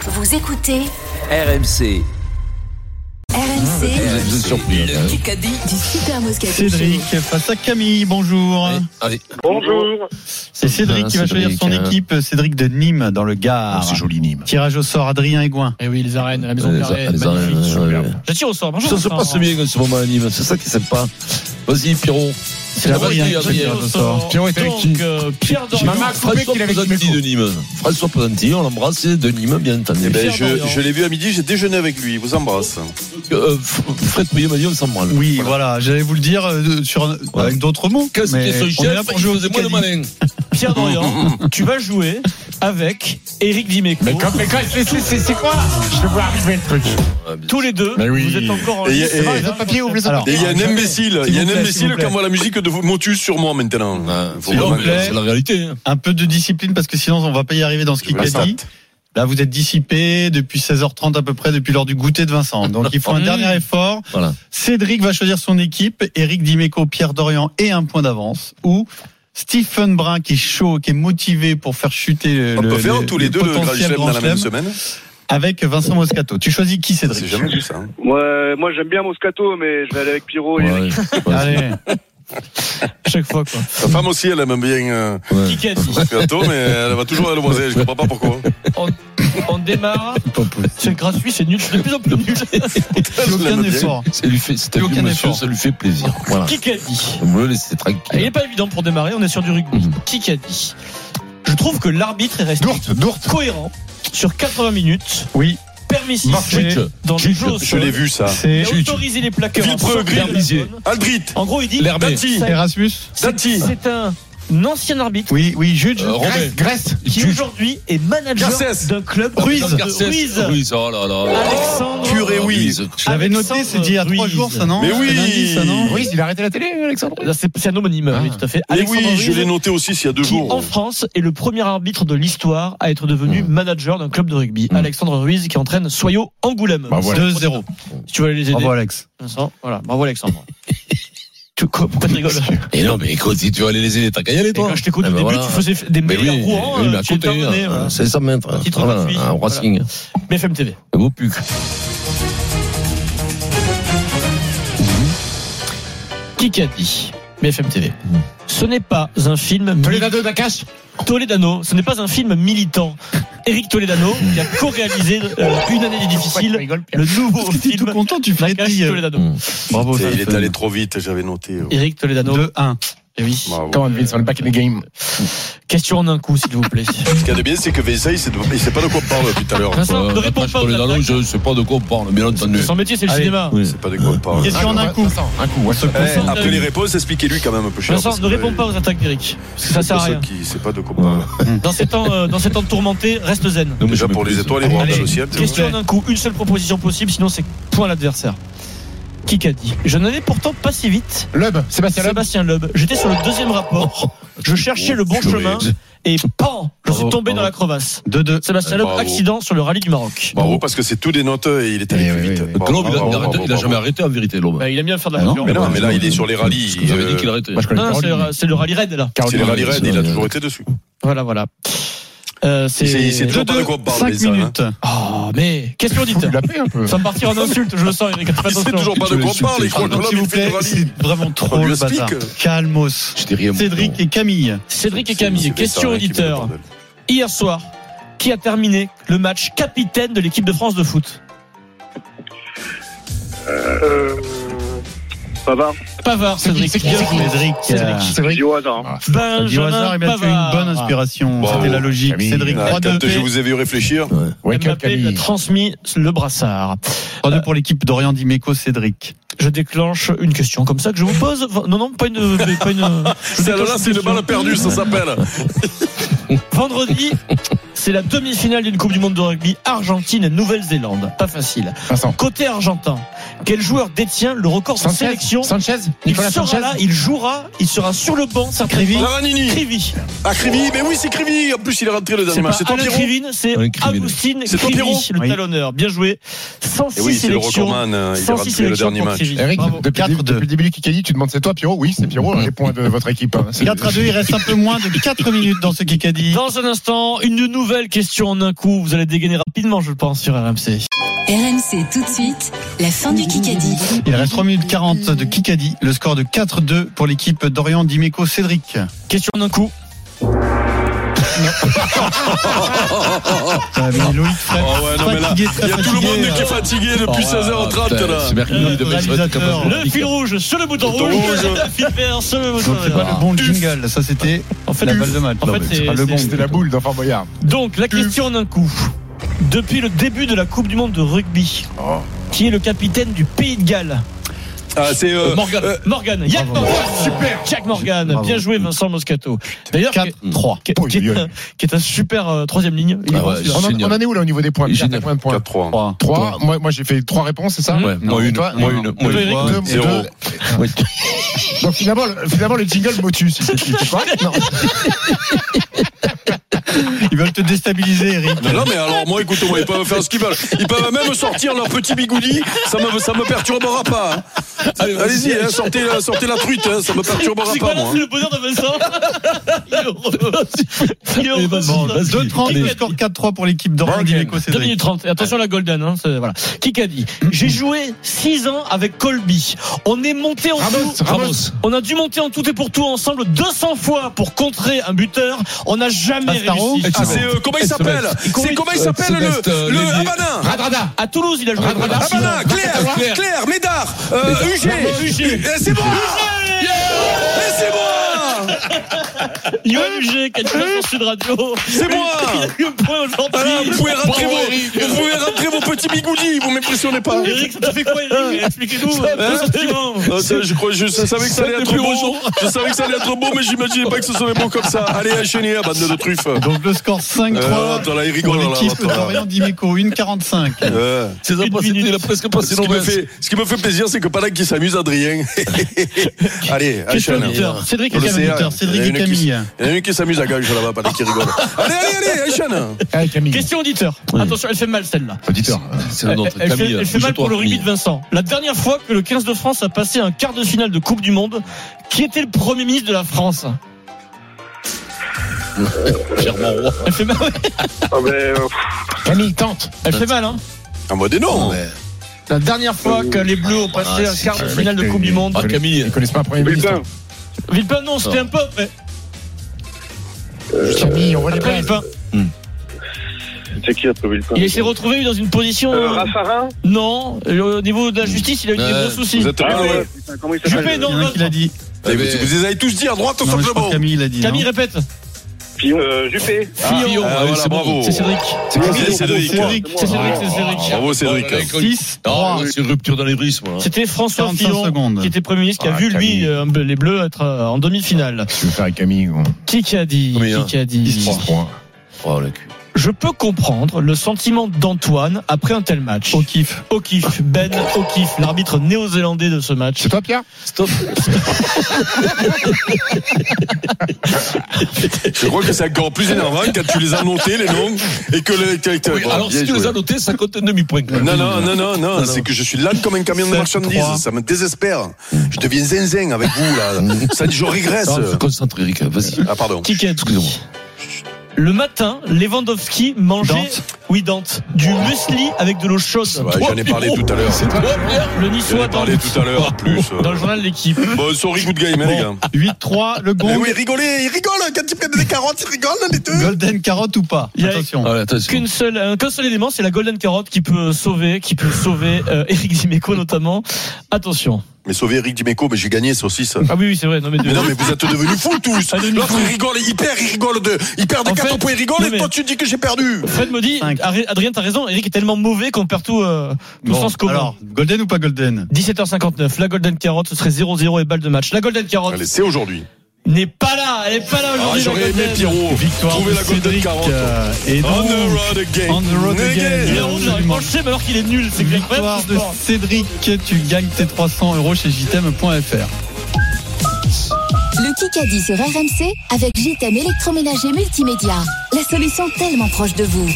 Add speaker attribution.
Speaker 1: Vous écoutez
Speaker 2: RMC.
Speaker 1: RMC
Speaker 2: Le-
Speaker 3: surprise, hein.
Speaker 2: Le Kikadi.
Speaker 1: du Super Moscato
Speaker 4: Cédric
Speaker 1: Show.
Speaker 4: face à Camille, bonjour.
Speaker 5: Bonjour.
Speaker 4: C'est Cédric
Speaker 3: Ah,
Speaker 4: qui va
Speaker 3: Cédric,
Speaker 4: choisir son
Speaker 3: hein. Ah,
Speaker 4: équipe, Cédric de Nîmes dans le Gard.
Speaker 3: C'est joli Nîmes.
Speaker 4: Tirage au sort, Adrien Aigouin.
Speaker 6: Et oui, les arènes, Ah, la maison
Speaker 3: Ouais,
Speaker 6: de
Speaker 3: les
Speaker 6: Carré,
Speaker 3: arènes,
Speaker 6: magnifique,
Speaker 3: ouais,
Speaker 6: superbe.
Speaker 3: ouais.
Speaker 6: Je tire au sort, bonjour.
Speaker 3: Ça se
Speaker 6: Vincent.
Speaker 3: passe bien en ce moment à Nîmes, c'est ça qui est sympa. Vas-y Pierrot.
Speaker 4: C'est
Speaker 3: Adrien
Speaker 4: Adrien
Speaker 3: qui
Speaker 4: qui
Speaker 3: a
Speaker 4: fait
Speaker 6: Je
Speaker 4: le
Speaker 3: gagné.
Speaker 6: tire
Speaker 4: tirage
Speaker 6: au
Speaker 4: au sort.
Speaker 6: sort. Donc, euh, Pierre Dorian.
Speaker 3: François Pesanti de Nîmes. François Pesanti, on l'embrasse de Nîmes, bien entendu.
Speaker 5: Eh ben,
Speaker 6: Pierre
Speaker 5: je
Speaker 6: Dorian.
Speaker 5: je l'ai vu à midi, j'ai déjeuné avec lui. Vous embrasse.
Speaker 4: Oh,
Speaker 3: Euh, F- Fred Pouillet m'a dit on s'en branle.
Speaker 4: Oui, voilà, j'allais vous le dire euh, sur un-
Speaker 3: Ouais.
Speaker 4: avec d'autres mots.
Speaker 3: Qu'est-ce
Speaker 4: mais
Speaker 3: qui est son
Speaker 4: on est là
Speaker 3: chef
Speaker 4: pour
Speaker 3: Il
Speaker 4: jouer au
Speaker 3: faisait moins le
Speaker 4: Kikadi.
Speaker 3: malin.
Speaker 6: Pierre Dorian, tu vas jouer avec Eric Dimeco. Mais quand, c'est quoi Je vois arriver le truc.
Speaker 3: Ah,
Speaker 6: Tous les deux, vous êtes encore en
Speaker 5: Et-
Speaker 6: lice.
Speaker 5: et-
Speaker 6: C'est vrai,
Speaker 5: et-
Speaker 6: hein
Speaker 4: Alors,
Speaker 5: Et il y a un imbécile, il y
Speaker 4: S'il
Speaker 5: a un
Speaker 4: vous plaît, s'il
Speaker 5: imbécile
Speaker 4: vous
Speaker 5: qui
Speaker 4: plaît.
Speaker 5: envoie la musique de Motus sur moi maintenant.
Speaker 3: Ah,
Speaker 5: Faut
Speaker 3: C'est
Speaker 5: vraiment
Speaker 3: l'homme,
Speaker 5: que-
Speaker 3: c'est la réalité. hein.
Speaker 4: Un peu de discipline parce que sinon on va pas y arriver dans ce
Speaker 5: Je me
Speaker 4: Kikadi.
Speaker 5: sente.
Speaker 4: Là, vous êtes dissipé depuis 16h30 à peu près, depuis l'heure du goûter de Vincent. Donc, il faut un
Speaker 6: Mmh.
Speaker 4: dernier effort.
Speaker 3: Voilà.
Speaker 4: Cédric va choisir son équipe. Eric Dimeco, Pierre Dorian et un point d'avance. Ou Stephen Brun qui est chaud, qui est motivé pour faire chuter le,
Speaker 5: On peut
Speaker 4: le-
Speaker 5: faire
Speaker 4: le-
Speaker 5: tous les
Speaker 4: le
Speaker 5: deux le Grand
Speaker 4: potentiel
Speaker 5: Chelem dans
Speaker 4: Grand
Speaker 5: la même
Speaker 4: Chelem
Speaker 5: semaine.
Speaker 4: avec Vincent Moscato. Tu choisis qui,
Speaker 5: C'est
Speaker 4: Cédric
Speaker 5: jamais vu ça. hein.
Speaker 7: Ouais, moi j'aime bien Moscato, mais je vais aller avec Pyro et Eric.
Speaker 3: Ouais.
Speaker 4: Allez,
Speaker 6: Chaque fois, quoi.
Speaker 5: Sa femme aussi, elle aime bien euh,
Speaker 3: Ouais.
Speaker 6: Qui a dit
Speaker 5: Mercato, mais elle va toujours à l'oiseau. Je comprends pas pourquoi.
Speaker 6: On démarre. C'est gratuit, c'est nul. C'est de plus en plus nul.
Speaker 5: Je
Speaker 4: aucun
Speaker 5: l'aime bien.
Speaker 4: effort.
Speaker 3: Ça lui fait, c'est un
Speaker 4: Plus aucun
Speaker 3: monsieur,
Speaker 4: effort.
Speaker 3: ça lui fait plaisir. Voilà.
Speaker 6: Qui a dit
Speaker 3: On veut le laisser
Speaker 6: Ah, Il
Speaker 3: tranquille.
Speaker 6: n'est pas évident pour démarrer, on est sur du rugby. Qui a dit Je trouve que l'arbitre est resté cohérent sur 80 minutes,
Speaker 4: Oui,
Speaker 6: permissif
Speaker 3: Marchut.
Speaker 6: dans le
Speaker 3: Chut.
Speaker 6: jeu au
Speaker 5: Je
Speaker 6: sol.
Speaker 5: l'ai vu ça.
Speaker 6: Il
Speaker 4: c'est
Speaker 6: a autorisé les plaqueurs. à
Speaker 5: Vitreux,
Speaker 6: sortir de la
Speaker 3: Grillisier.
Speaker 6: zone.
Speaker 5: Aldrit, eh
Speaker 6: En gros, il dit
Speaker 3: L'Hermé.
Speaker 5: Dati,
Speaker 4: Erasmus.
Speaker 6: c'est
Speaker 5: Dati.
Speaker 6: c'est un ancien arbitre
Speaker 4: Oui, oui, Jude.
Speaker 3: Euh, Robert.
Speaker 6: qui
Speaker 3: Juge.
Speaker 6: aujourd'hui est manager
Speaker 5: Garcès.
Speaker 6: d'un club
Speaker 4: Ruiz.
Speaker 6: de
Speaker 3: Garcès.
Speaker 6: Ruiz.
Speaker 3: Ruiz, oh là là.
Speaker 6: Alexandre.
Speaker 5: purée, oui.
Speaker 4: Je l'avais noté, c'est dit il y a trois
Speaker 6: Ruiz.
Speaker 4: jours, ça, non
Speaker 5: Mais oui.
Speaker 4: C'est lundi, ça, non
Speaker 5: Ruiz,
Speaker 6: il a arrêté la télé, Alexandre C'est c'est un homonyme, oui, tout à fait.
Speaker 5: Mais
Speaker 6: Alexandre
Speaker 5: oui, je
Speaker 6: Ruiz,
Speaker 5: l'ai noté aussi il y a deux
Speaker 6: qui en
Speaker 5: jours.
Speaker 6: France est le premier arbitre de l'histoire à être devenu manager d'un club de rugby.
Speaker 3: Mm.
Speaker 6: Alexandre Ruiz qui entraîne Soyo Angoulême.
Speaker 3: voilà.
Speaker 4: 2-0.
Speaker 6: Si tu veux aller les aider,
Speaker 4: Bravo, Alex.
Speaker 6: Vincent, voilà, bravo Alexandre. tu, quoi, pourquoi tu rigoles
Speaker 3: Et non, mais écoute, si tu veux aller les aider, t'as qu'à y aller,
Speaker 6: Et
Speaker 3: toi.
Speaker 6: Quand je t'écoute
Speaker 3: Ah,
Speaker 6: au
Speaker 3: ben
Speaker 6: début,
Speaker 3: voilà.
Speaker 6: tu faisais des
Speaker 3: Mais
Speaker 6: mêlées
Speaker 3: oui,
Speaker 6: à Rouen.
Speaker 3: oui, mais à
Speaker 6: tu
Speaker 3: côté,
Speaker 6: étais emmené,
Speaker 3: euh,
Speaker 6: voilà.
Speaker 3: 500 mètres.
Speaker 6: Titre
Speaker 3: Voilà,
Speaker 6: gratuit.
Speaker 3: un Racing.
Speaker 6: BFM TV.
Speaker 3: Un beau puc.
Speaker 6: Qui qu'a dit BFM TV.
Speaker 4: Mm.
Speaker 6: Ce n'est pas un film. Toledano Nakash Toledano, ce n'est pas un film militant. Eric Toledano, qui a co-réalisé euh, Une année difficile, le nouveau
Speaker 4: Parce que t'es tout
Speaker 6: film
Speaker 4: content, tu
Speaker 6: Nakash
Speaker 4: flétris. euh,
Speaker 6: Toledano.
Speaker 3: Mmh.
Speaker 4: Bravo,
Speaker 5: Putain, Il est
Speaker 4: Stephen.
Speaker 5: allé trop vite, j'avais noté. oh.
Speaker 6: Eric Toledano.
Speaker 4: 2-1.
Speaker 6: Eh oui.
Speaker 5: Bravo.
Speaker 6: Come on, Vince, on est back in the game. Question en un coup, s'il vous plaît.
Speaker 5: Ce qu'il y a de bien, c'est que Veissa, il sait il sait pas de quoi on parle depuis tout à l'heure.
Speaker 6: Vincent, ne réponds
Speaker 3: Attache
Speaker 6: pas
Speaker 3: pour
Speaker 6: aux
Speaker 3: les dallons,
Speaker 6: attaques.
Speaker 3: je sais pas de quoi on parle, bien entendu.
Speaker 6: C'est son métier, c'est le
Speaker 4: Allez.
Speaker 6: cinéma.
Speaker 3: Oui.
Speaker 5: Il sait pas de quoi on parle.
Speaker 4: Question en un coup.
Speaker 6: un coup.
Speaker 5: Eh, Après les réponses, expliquez-lui quand même un peu cher.
Speaker 6: Vincent, ne réponds pas aux attaques d'Eric. Parce que ça sert à rien.
Speaker 5: Qui sait pas de quoi on parle.
Speaker 4: Mm.
Speaker 6: Dans ces temps, euh, dans ces temps tourmentés, reste zen.
Speaker 3: Non, mais
Speaker 5: Déjà
Speaker 3: je
Speaker 5: pour
Speaker 3: me
Speaker 5: les
Speaker 3: plaise.
Speaker 5: étoiles, les rois
Speaker 4: Allez.
Speaker 5: dans le ciel. tu vois.
Speaker 6: Question en un coup, une seule proposition possible, sinon c'est point à l'adversaire. Qui qu'a dit Je n'allais pourtant pas si vite.
Speaker 8: Loeb, Sébastien Loeb.
Speaker 6: Sébastien Loeb. J'étais sur le deuxième rapport. Je cherchais le bon
Speaker 3: Purée.
Speaker 6: chemin et pan Je suis
Speaker 4: Bravo,
Speaker 6: tombé
Speaker 4: bravo.
Speaker 6: dans la crevasse.
Speaker 4: 2-2.
Speaker 6: Sébastien
Speaker 5: Eh,
Speaker 6: Loeb,
Speaker 5: bravo.
Speaker 6: accident sur le rallye du Maroc.
Speaker 5: Bravo, parce que c'est tous des notes et il est allé
Speaker 8: Eh
Speaker 5: plus
Speaker 8: oui,
Speaker 5: vite.
Speaker 8: oui, oui.
Speaker 5: Bravo,
Speaker 3: Non, mais il a-
Speaker 5: bravo,
Speaker 3: il a arrêté-
Speaker 5: bravo,
Speaker 3: il a jamais
Speaker 5: bravo.
Speaker 3: arrêté en vérité, l'homme.
Speaker 6: Bah, il aime bien faire de la
Speaker 8: Ah non,
Speaker 6: voiture.
Speaker 5: Mais non, mais là, il est sur les rallyes.
Speaker 3: Vous avez dit
Speaker 5: euh,
Speaker 3: qu'il arrêtait.
Speaker 8: Moi, je connais
Speaker 6: Non, non, c'est le- c'est le rallye raid là.
Speaker 5: C'est les rallyes
Speaker 3: Caroline
Speaker 5: raides, il a
Speaker 3: Wilson,
Speaker 5: toujours
Speaker 3: ouais.
Speaker 5: été dessus.
Speaker 6: Voilà, voilà. Euh,
Speaker 5: C'est- c'est
Speaker 6: c'est.
Speaker 5: toujours- pas de quoi on parle,
Speaker 4: 5
Speaker 5: mais ça, hein.
Speaker 4: minutes.
Speaker 6: Oh, mais question
Speaker 8: Il
Speaker 6: auditeur.
Speaker 8: la paix un peu.
Speaker 6: Ça va me partir en insulte, je le sens, Eric. Fais
Speaker 5: Il sait
Speaker 6: attention.
Speaker 5: toujours pas de quoi on parle, il croit que
Speaker 4: Donc,
Speaker 5: l'homme
Speaker 4: s'il vous
Speaker 5: il fait
Speaker 4: plaît,
Speaker 5: des rallyes.
Speaker 4: c'est vraiment trop
Speaker 5: lui
Speaker 4: le
Speaker 5: explique.
Speaker 4: bazar. Calmos.
Speaker 3: Je dis rien.
Speaker 4: Cédric et Camille.
Speaker 6: Cédric et
Speaker 5: C'est-
Speaker 6: Camille,
Speaker 5: c'est
Speaker 6: question
Speaker 5: Veissa, hein, qui met le
Speaker 6: auditeur.
Speaker 5: bordel.
Speaker 6: Hier soir, qui a terminé le match capitaine de l'équipe de France de foot
Speaker 7: Euh, Pavard,
Speaker 6: Pavard, Cédric.
Speaker 8: qui,
Speaker 6: Bien
Speaker 8: c'est qui
Speaker 6: joué.
Speaker 4: Cédric.
Speaker 6: Cédric.
Speaker 4: euh,
Speaker 8: C'est vrai.
Speaker 7: du hasard.
Speaker 4: Du hasard, eh
Speaker 6: Benjamin
Speaker 4: bien, tu as eu une
Speaker 6: Pavard.
Speaker 4: bonne inspiration.
Speaker 5: Bravo.
Speaker 4: C'était la logique.
Speaker 8: Camille.
Speaker 4: Cédric,
Speaker 5: Ah, Quand je
Speaker 4: 3-2.
Speaker 5: vous ai vu réfléchir,
Speaker 8: Wake up,
Speaker 6: Mbappé a
Speaker 8: Camille.
Speaker 6: transmis le brassard.
Speaker 4: 3-2 pour l'équipe d'Orient Dimeco, Cédric.
Speaker 6: Je déclenche une question comme ça que je vous pose. Non, non, pas une. Pas une je déclenche
Speaker 5: celle-là, c'est une
Speaker 6: question.
Speaker 5: balle perdue, ça s'appelle.
Speaker 6: Vendredi, c'est la demi-finale d'une Coupe du Monde de rugby Argentine-Nouvelle-Zélande. Pas facile.
Speaker 8: Vincent.
Speaker 6: Côté argentin, quel joueur détient le record de
Speaker 8: Sanchez.
Speaker 6: sélection
Speaker 8: Sanchez.
Speaker 6: Il
Speaker 8: Nicolas
Speaker 6: sera
Speaker 8: Sanchez.
Speaker 6: là, il jouera, il sera sur le banc. certainement.
Speaker 5: Laranini.
Speaker 6: Crivi.
Speaker 5: Ah, Crivi, mais oui, c'est Crivi. En plus, il est rentré le dernier
Speaker 6: C'est pas
Speaker 5: match. C'est toi,
Speaker 6: Alain
Speaker 5: Pierrot
Speaker 6: Crivine, c'est
Speaker 3: Alain Crivine.
Speaker 6: Agustin
Speaker 5: C'est toi, Pierrot
Speaker 6: Crivi, le
Speaker 4: Oui.
Speaker 6: talonneur. Bien joué.
Speaker 5: Eh
Speaker 6: 106
Speaker 5: oui, c'est le
Speaker 6: sélections.
Speaker 5: recordman. euh, Il est
Speaker 6: 106
Speaker 5: rentré le
Speaker 6: sélections
Speaker 5: dernier
Speaker 6: pour
Speaker 5: match.
Speaker 6: Crivi.
Speaker 8: Eric,
Speaker 6: Bravo.
Speaker 8: depuis, le début-
Speaker 4: 4-2.
Speaker 8: depuis le début du Kikadi, tu demandes c'est toi Pierrot Oui, c'est Pierrot, répond à de votre équipe. hein. C'est-
Speaker 4: 4 à 2, il reste un peu moins de 4 minutes dans ce Kikadi.
Speaker 6: Dans un instant, une nouvelle. Nouvelle question en un coup. Vous allez dégainer rapidement, je pense, sur RMC.
Speaker 1: RMC tout de suite, la fin du Kikadi.
Speaker 4: Il reste 3 minutes 40 de Kikadi. Le score de 4-2 pour l'équipe d'Orient Dimeco Cédric.
Speaker 6: Question en un coup.
Speaker 4: Ah, mais Loïc Fred,
Speaker 5: Oh ouais, non, mais là,
Speaker 4: fatigué, très
Speaker 5: Il y a tout le
Speaker 4: fatigué,
Speaker 5: monde qui est
Speaker 4: euh,
Speaker 5: fatigué depuis
Speaker 3: Putain,
Speaker 5: 16h30 là.
Speaker 3: C'est mercredi demain, ça va être
Speaker 4: Réalisateur.
Speaker 3: capable.
Speaker 6: Le fil rouge sur le bouton
Speaker 5: Bouton
Speaker 6: rouge.
Speaker 5: rouge.
Speaker 6: Le fil vert sur le bouton
Speaker 4: Donc c'est
Speaker 6: vert.
Speaker 4: pas le bon jingle, ça c'était
Speaker 6: Oh, En fait,
Speaker 4: la
Speaker 6: le-
Speaker 4: balle de match.
Speaker 6: en
Speaker 4: Non,
Speaker 6: fait,
Speaker 4: mais
Speaker 6: c'est-
Speaker 4: pas le
Speaker 6: c'est-
Speaker 4: bon.
Speaker 8: C'était la boule d'enfant Boyard.
Speaker 6: Donc, la question en un coup. Depuis le début de la Coupe du Monde de rugby, qui est le capitaine du Pays de Galles
Speaker 5: Ah, c'est. euh,
Speaker 6: Morgan.
Speaker 5: euh,
Speaker 6: Morgan. Jack
Speaker 4: Bravo.
Speaker 6: Morgan. Super. Jack Morgan.
Speaker 4: Bravo.
Speaker 6: Bien joué, Vincent Moscato. D'ailleurs, qui,
Speaker 4: 4-3.
Speaker 6: qui-
Speaker 8: Oh,
Speaker 6: qui
Speaker 8: oui,
Speaker 6: est,
Speaker 8: oui.
Speaker 6: un- qui est un super euh, troisième ligne. Il est
Speaker 3: Ah
Speaker 6: bon,
Speaker 3: ouais,
Speaker 6: celui-là.
Speaker 8: On en,
Speaker 3: Génial.
Speaker 8: on en est où là au niveau des points Pierre, t'as combien de points
Speaker 5: 4-3.
Speaker 4: 3.
Speaker 8: 3. Moi, moi j'ai fait 3 réponses, c'est ça
Speaker 3: Ouais,
Speaker 4: Non,
Speaker 3: moi une,
Speaker 8: toi,
Speaker 3: moi
Speaker 8: non.
Speaker 3: une, moi
Speaker 6: Toi,
Speaker 3: une.
Speaker 6: Eric,
Speaker 3: Ouais.
Speaker 8: Deux,
Speaker 5: zéro.
Speaker 8: deux.
Speaker 3: Ouais.
Speaker 8: Donc finalement, le- finalement le jingle motus. c'est- c'est quoi Non.
Speaker 4: Ils veulent te déstabiliser, Eric.
Speaker 5: Non, non, mais alors, moi, écoutez-moi, ils peuvent faire ce qu'ils veulent. Ils peuvent même sortir leur petit bigoudi, ça me, ça me perturbera pas. hein. Allez-y, hein, sortez, la- sortez la truite, hein, ça me perturbera
Speaker 6: C'est
Speaker 5: pas,
Speaker 6: quoi là
Speaker 5: moi.
Speaker 6: C'est le bonheur de Vincent hein Il est heureux. Il est heureux.
Speaker 4: Bon, 2-30, le score 4-3 pour l'équipe d'Orient
Speaker 5: Bargain.
Speaker 4: Dimeco
Speaker 6: 2
Speaker 4: Cédric.
Speaker 6: minutes 30. Et Attention à la Golden. Hein, c'est- voilà. Qui a dit
Speaker 5: Mm-hmm.
Speaker 6: J'ai joué 6 ans avec Colby. On est monté en
Speaker 8: Ramos,
Speaker 6: tout.
Speaker 8: Ramos.
Speaker 6: On a dû monter en tout et pour tout ensemble 200 fois pour contrer un buteur. On n'a jamais
Speaker 4: Pastaro
Speaker 6: réussi.
Speaker 5: Ah, c'est, euh, comment il s'appelle C'est comment il
Speaker 3: Euh,
Speaker 5: s'appelle le, le Habanin
Speaker 3: Ah,
Speaker 8: Radrada.
Speaker 6: À Toulouse, il a joué.
Speaker 8: Radrada.
Speaker 6: avec Colby.
Speaker 5: Habanin, Claire, Claire, Médard, euh, Huger.
Speaker 6: Ramos, Huger.
Speaker 5: Eh, C'est moi Eh, C'est moi
Speaker 6: UMG, qui a joué sur Sud Radio.
Speaker 5: C'est moi
Speaker 6: Il a eu un point
Speaker 5: Voilà, Ah, Vous
Speaker 6: aujourd'hui.
Speaker 5: pouvez rentrer
Speaker 6: Bravo,
Speaker 5: vos- vous pouvez rentrer vos petits bigoudis, vous m'impressionnez pas.
Speaker 6: Eric, ça te fait quoi, Eric Expliquez-nous.
Speaker 5: Hein
Speaker 6: Sentiment.
Speaker 5: Non, ça, je, crois, je, je savais que ça allait être beau. Je savais que ça allait être beau, mais j'imaginais pas que ce serait beau comme ça. Allez, enchaînez, hein, bande de truffes.
Speaker 4: Donc le score 5-3
Speaker 5: Euh, attends, là, il
Speaker 4: pour
Speaker 5: rigole. Là,
Speaker 4: l'équipe
Speaker 5: attends, là.
Speaker 4: d'Orient Dimeco, 1-45.
Speaker 5: Euh, ben,
Speaker 3: C'est
Speaker 6: Une
Speaker 3: impossible,
Speaker 6: minute.
Speaker 3: il a presque passé
Speaker 5: ce, qui me
Speaker 3: l'envers.
Speaker 5: fait, ce qui me fait plaisir, c'est que pendant qu'il s'amuse, Adrien. Allez,
Speaker 6: Question
Speaker 5: enchaîne.
Speaker 6: auditeur. Cédric
Speaker 5: On le
Speaker 6: Cavani.
Speaker 5: sait,
Speaker 4: auditeur,
Speaker 5: hein.
Speaker 4: Cédric
Speaker 5: Il y en
Speaker 4: et
Speaker 5: a une qui-
Speaker 4: Camille.
Speaker 5: Il y en a une qui s'amuse à gauche là-bas pendant qu'il rigole. Allez, allez, allez, enchaîne.
Speaker 8: Ah, Camille.
Speaker 6: Mmh. Question auditeur.
Speaker 3: Oui.
Speaker 6: Attention, elle fait mal celle-là.
Speaker 3: Auditeur, c'est un
Speaker 6: Elle,
Speaker 3: autre.
Speaker 6: elle fait,
Speaker 3: Camille,
Speaker 6: elle fait mal pour
Speaker 3: bouge-toi, Mmh.
Speaker 6: le rugby de
Speaker 3: Camille.
Speaker 6: Vincent. La dernière fois que le 15 de France a passé un quart de finale de Coupe du Monde, qui était le Premier ministre de la France
Speaker 3: Pierre Monroy.
Speaker 6: Elle fait mal,
Speaker 7: Ah, mais, euh,
Speaker 8: Camille tente.
Speaker 6: elle fait mal hein
Speaker 5: Envoie des noms.
Speaker 6: La dernière fois que les Bleus ont passé
Speaker 3: Ah,
Speaker 6: un
Speaker 3: c'est
Speaker 6: quart de
Speaker 3: vrai
Speaker 6: finale de Coupe du Monde.
Speaker 3: Ah, Camille. Ah.
Speaker 8: Ils connaissent pas un premier ministre.
Speaker 7: Villepin.
Speaker 6: Villepin, non, c'était un peu. mais-
Speaker 8: Camille, on voit les
Speaker 6: Après
Speaker 3: Ah.
Speaker 8: places.
Speaker 6: Villepin,
Speaker 7: C'était qui après Villepin
Speaker 6: il s'est retrouvé dans une position.
Speaker 7: Euh, Raffarin
Speaker 6: Non, euh, au niveau de la justice, il a eu des
Speaker 3: Euh,
Speaker 6: gros soucis.
Speaker 5: Vous êtes
Speaker 7: Ah,
Speaker 5: là,
Speaker 7: ouais,
Speaker 5: ouais.
Speaker 7: putain, comment il
Speaker 6: Juppé,
Speaker 7: s'appelle
Speaker 6: non.
Speaker 4: Il y en a un qui l'a dit.
Speaker 5: Eh, Vous vous les avez tous dit à droite,
Speaker 4: Non, mais
Speaker 5: sauf
Speaker 4: je
Speaker 5: le
Speaker 4: crois que
Speaker 5: bon.
Speaker 4: Camille l'a dit.
Speaker 6: Camille
Speaker 4: non
Speaker 6: répète.
Speaker 7: Fillon. Euh, Juppé.
Speaker 6: Fillon.
Speaker 5: Ah,
Speaker 3: oui,
Speaker 5: voilà,
Speaker 3: c'est bon.
Speaker 5: bravo.
Speaker 6: C'est Cédric.
Speaker 5: C'est Camille, Cédric. Ah.
Speaker 4: Cédric.
Speaker 6: Ah, C'est Cédric, c'est Cédric.
Speaker 5: Bravo, Cédric.
Speaker 3: Oh, là, là, il-
Speaker 4: 6
Speaker 3: Ah,
Speaker 4: 3
Speaker 3: c'est rupture dans les brismes. là.
Speaker 6: C'était François
Speaker 4: 45
Speaker 6: Fillon,
Speaker 4: secondes.
Speaker 6: qui était Premier ministre, qui a
Speaker 8: Ah,
Speaker 6: vu, lui,
Speaker 8: Camille.
Speaker 6: euh, les Bleus être euh, en demi-finale.
Speaker 8: Je vais faire avec Camille. gros.
Speaker 6: Qui qui a dit
Speaker 3: Combien
Speaker 6: Qui qui a dit
Speaker 8: 6-3.
Speaker 3: Oh, le cul.
Speaker 6: Je peux comprendre le sentiment d'Antoine après un tel match.
Speaker 4: au kiff.
Speaker 6: O'Keefe, Ben O'Keefe, l'arbitre néo-zélandais de ce match.
Speaker 8: C'est toi, Pierre
Speaker 5: Je crois que c'est encore plus énervant quand tu les as notés, les noms, et que le. que- que-
Speaker 3: Oui,
Speaker 5: bon,
Speaker 3: alors,
Speaker 5: bien
Speaker 3: si tu
Speaker 5: joué.
Speaker 3: les as notés, ça compte un demi-point. quand même.
Speaker 5: Non, non, non, non, non, c'est que je suis lade comme un camion de
Speaker 4: Sept,
Speaker 5: marchandises,
Speaker 4: trois.
Speaker 5: ça me désespère. Je deviens zinzin avec vous, là. Ça, je régresse.
Speaker 3: Non, je me concentre, Eric. Vas-y.
Speaker 5: Ah, pardon.
Speaker 6: Qui qui a
Speaker 3: Excusez-moi.
Speaker 6: dit Le matin, Lewandowski mangeait,
Speaker 4: Dante.
Speaker 6: oui Dante, du muesli avec de l'eau chaude.
Speaker 5: Ouais, J'en ai parlé tout à l'heure.
Speaker 3: C'est toi, Pierre
Speaker 6: Le
Speaker 5: J'en
Speaker 6: Niçois
Speaker 5: ai parlé
Speaker 6: Dante.
Speaker 5: tout à l'heure, en plus.
Speaker 6: Dans le journal de l'équipe.
Speaker 5: Bon, sorry, good game, hein, les gars.
Speaker 4: 8 3 le
Speaker 5: Mais
Speaker 4: gong.
Speaker 5: oui, rigolez, ils rigolent quand ils prennent des carottes, ils rigolent, les deux.
Speaker 4: Golden carotte ou pas
Speaker 6: Il y a- euh,
Speaker 4: Attention.
Speaker 3: Ah, ouais, attention.
Speaker 6: Qu'une seule, un qu'un seul élément, c'est la Golden Carotte qui peut sauver, qui peut sauver euh, Eric Dimeco notamment. Attention.
Speaker 5: Mais sauver Eric Dimeco, mais j'ai gagné, saucisse.
Speaker 6: Ah oui, oui, c'est vrai. Non mais, de-
Speaker 5: Mais non, mais vous êtes devenus fous tous.
Speaker 6: Ah, devenus
Speaker 5: L'autre,
Speaker 6: fous.
Speaker 5: il rigole, il perd, il rigole de. Il perd de
Speaker 6: En
Speaker 5: 4
Speaker 6: fait,
Speaker 5: points, il rigole,
Speaker 6: non,
Speaker 5: et toi,
Speaker 6: mais-
Speaker 5: tu dis que j'ai perdu.
Speaker 6: Fred me dit,
Speaker 4: Cinq.
Speaker 6: Ari- Adrien, t'as raison, Eric est tellement mauvais qu'on perd tout, euh, tout
Speaker 4: Bon,
Speaker 6: sens commun.
Speaker 4: alors, Golden ou pas Golden
Speaker 6: 17h59, la Golden Carotte, ce serait 0-0 et balle de match. La Golden Carotte
Speaker 5: Allez, c'est aujourd'hui.
Speaker 6: n'est pas là, elle est pas là
Speaker 5: Ah,
Speaker 6: aujourd'hui. la
Speaker 5: J'aurais aimé
Speaker 6: Golden.
Speaker 5: Pierrot.
Speaker 4: Victoire
Speaker 5: Trouver
Speaker 4: de
Speaker 5: la Golden
Speaker 4: Cédric,
Speaker 5: Carotte. Oh,
Speaker 4: euh, et donc,
Speaker 5: On the road again.
Speaker 4: On the road again.
Speaker 6: Il est heureux de la
Speaker 4: Absolument.
Speaker 6: revancher, mais alors qu'il est nul, c'est que
Speaker 4: victoire de Cédric, tu gagnes tes 300 euros chez jtm.fr.
Speaker 1: Le Kikadi sur RMC avec JTM électroménager multimédia. La solution tellement proche de vous.